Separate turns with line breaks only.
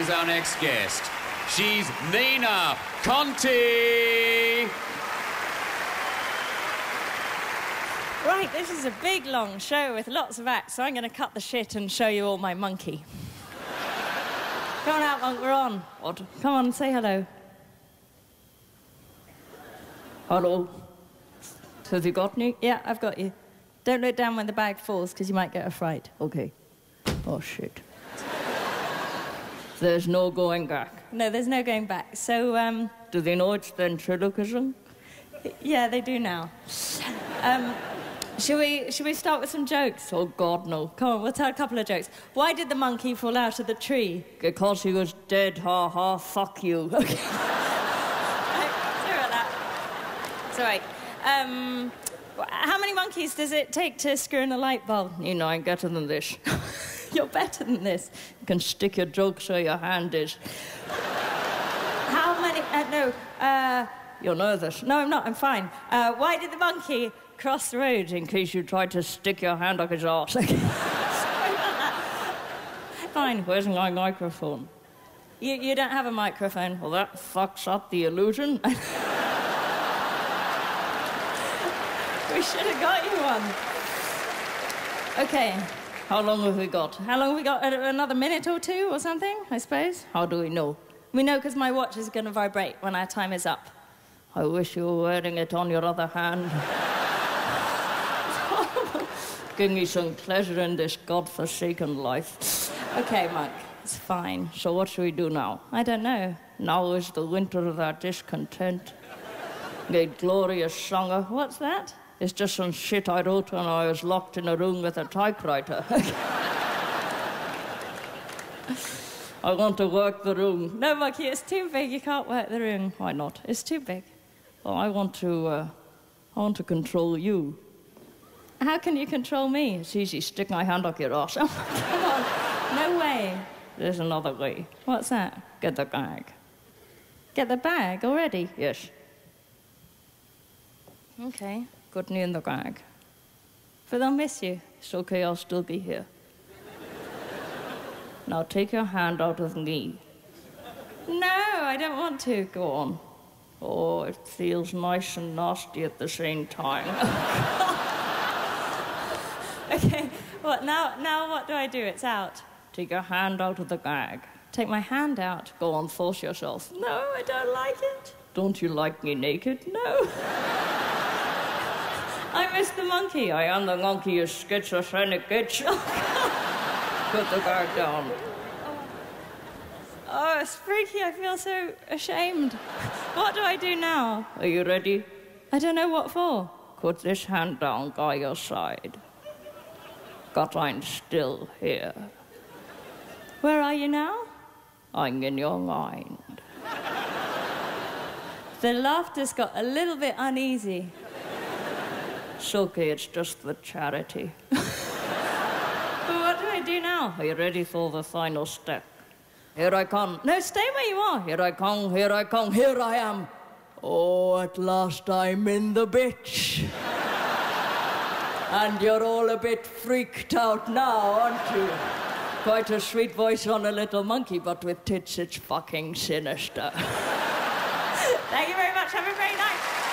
is our next guest. She's Nina Conti.
Right, this is a big long show with lots of acts, so I'm going to cut the shit and show you all my monkey. Come on out, monk, we're on. What? Come on, say hello. Hello. Has you got me? Yeah, I've got you. Don't look down when the bag falls, because you might get a fright. Okay. Oh, shit.
There's no going back.
No, there's no going back. So, um,
Do they know it's ventriloquism?
yeah, they do now. Um, shall we, shall we start with some jokes?
Oh, God, no.
Come on, we'll tell a couple of jokes. Why did the monkey fall out of the tree?
Because he was dead, ha ha, fuck you.
Sorry about that. It's all right. Um, wh- how many monkeys does it take to screw in a light bulb?
you know, I'm better than this.
You're better than this.
You can stick your jokes where your hand is.
How many? Uh, no, uh,
You're nervous.
no, I'm not. I'm fine. Uh, why did the monkey cross the road?
In case you tried to stick your hand up his arse.
Fine.
Where's my microphone?
You, you don't have a microphone.
Well, that fucks up the illusion.
We should have got you one. Okay.
How long have we got?
How long have we got? Uh, Another minute or two or something, I suppose?
How do we know?
We know because my watch is going to vibrate when our time is up.
I wish you were wearing it on your other hand. Give me some pleasure in this godforsaken life.
Okay, Monk. It's fine.
So, what should we do now?
I don't know.
Now is the winter of our discontent. A glorious songer.
What's that?
It's just some shit I wrote when I was locked in a room with a typewriter. I want to work the room.
No, Monkey, it's too big. You can't work the room.
Why not?
It's too big.
Well, I want to, uh, I want to control you.
How can you control me?
It's easy. Stick my hand up your arse.
Come on. No way.
There's another way.
What's that?
Get the gag.
Get the bag already.
Yes.
Okay.
Put me in the gag.
But they'll miss you.
It's okay, I'll still be here. Now take your hand out of me.
No, I don't want to.
Go on. Oh, it feels nice and nasty at the same time.
Okay. What now? Now what do I do? It's out.
take your hand out of the gag.
Take my hand out.
Go on, force yourself.
No, I don't like it.
Don't you like me naked?
No. I miss the monkey.
I am the monkey, you schizophrenic bitch. Put the gag down.
Oh, it's freaky. I feel so ashamed. What do I do now?
Are you ready?
I don't know what for.
Put this hand down by your side. Gott, I'm still here.
Where are you now?
I'm in your mind.
The laughter's got a little bit uneasy.
It's okay, it's just the charity.
But what do I do now?
Are you ready for the final step? Here I come.
No, stay where you are.
Here I come, here I come, here I am. Oh, at last I'm in the bitch. and you're all a bit freaked out now, aren't you? Quite a sweet voice on a little monkey, but with tits it's fucking sinister.
Thank you very much. Have a great night.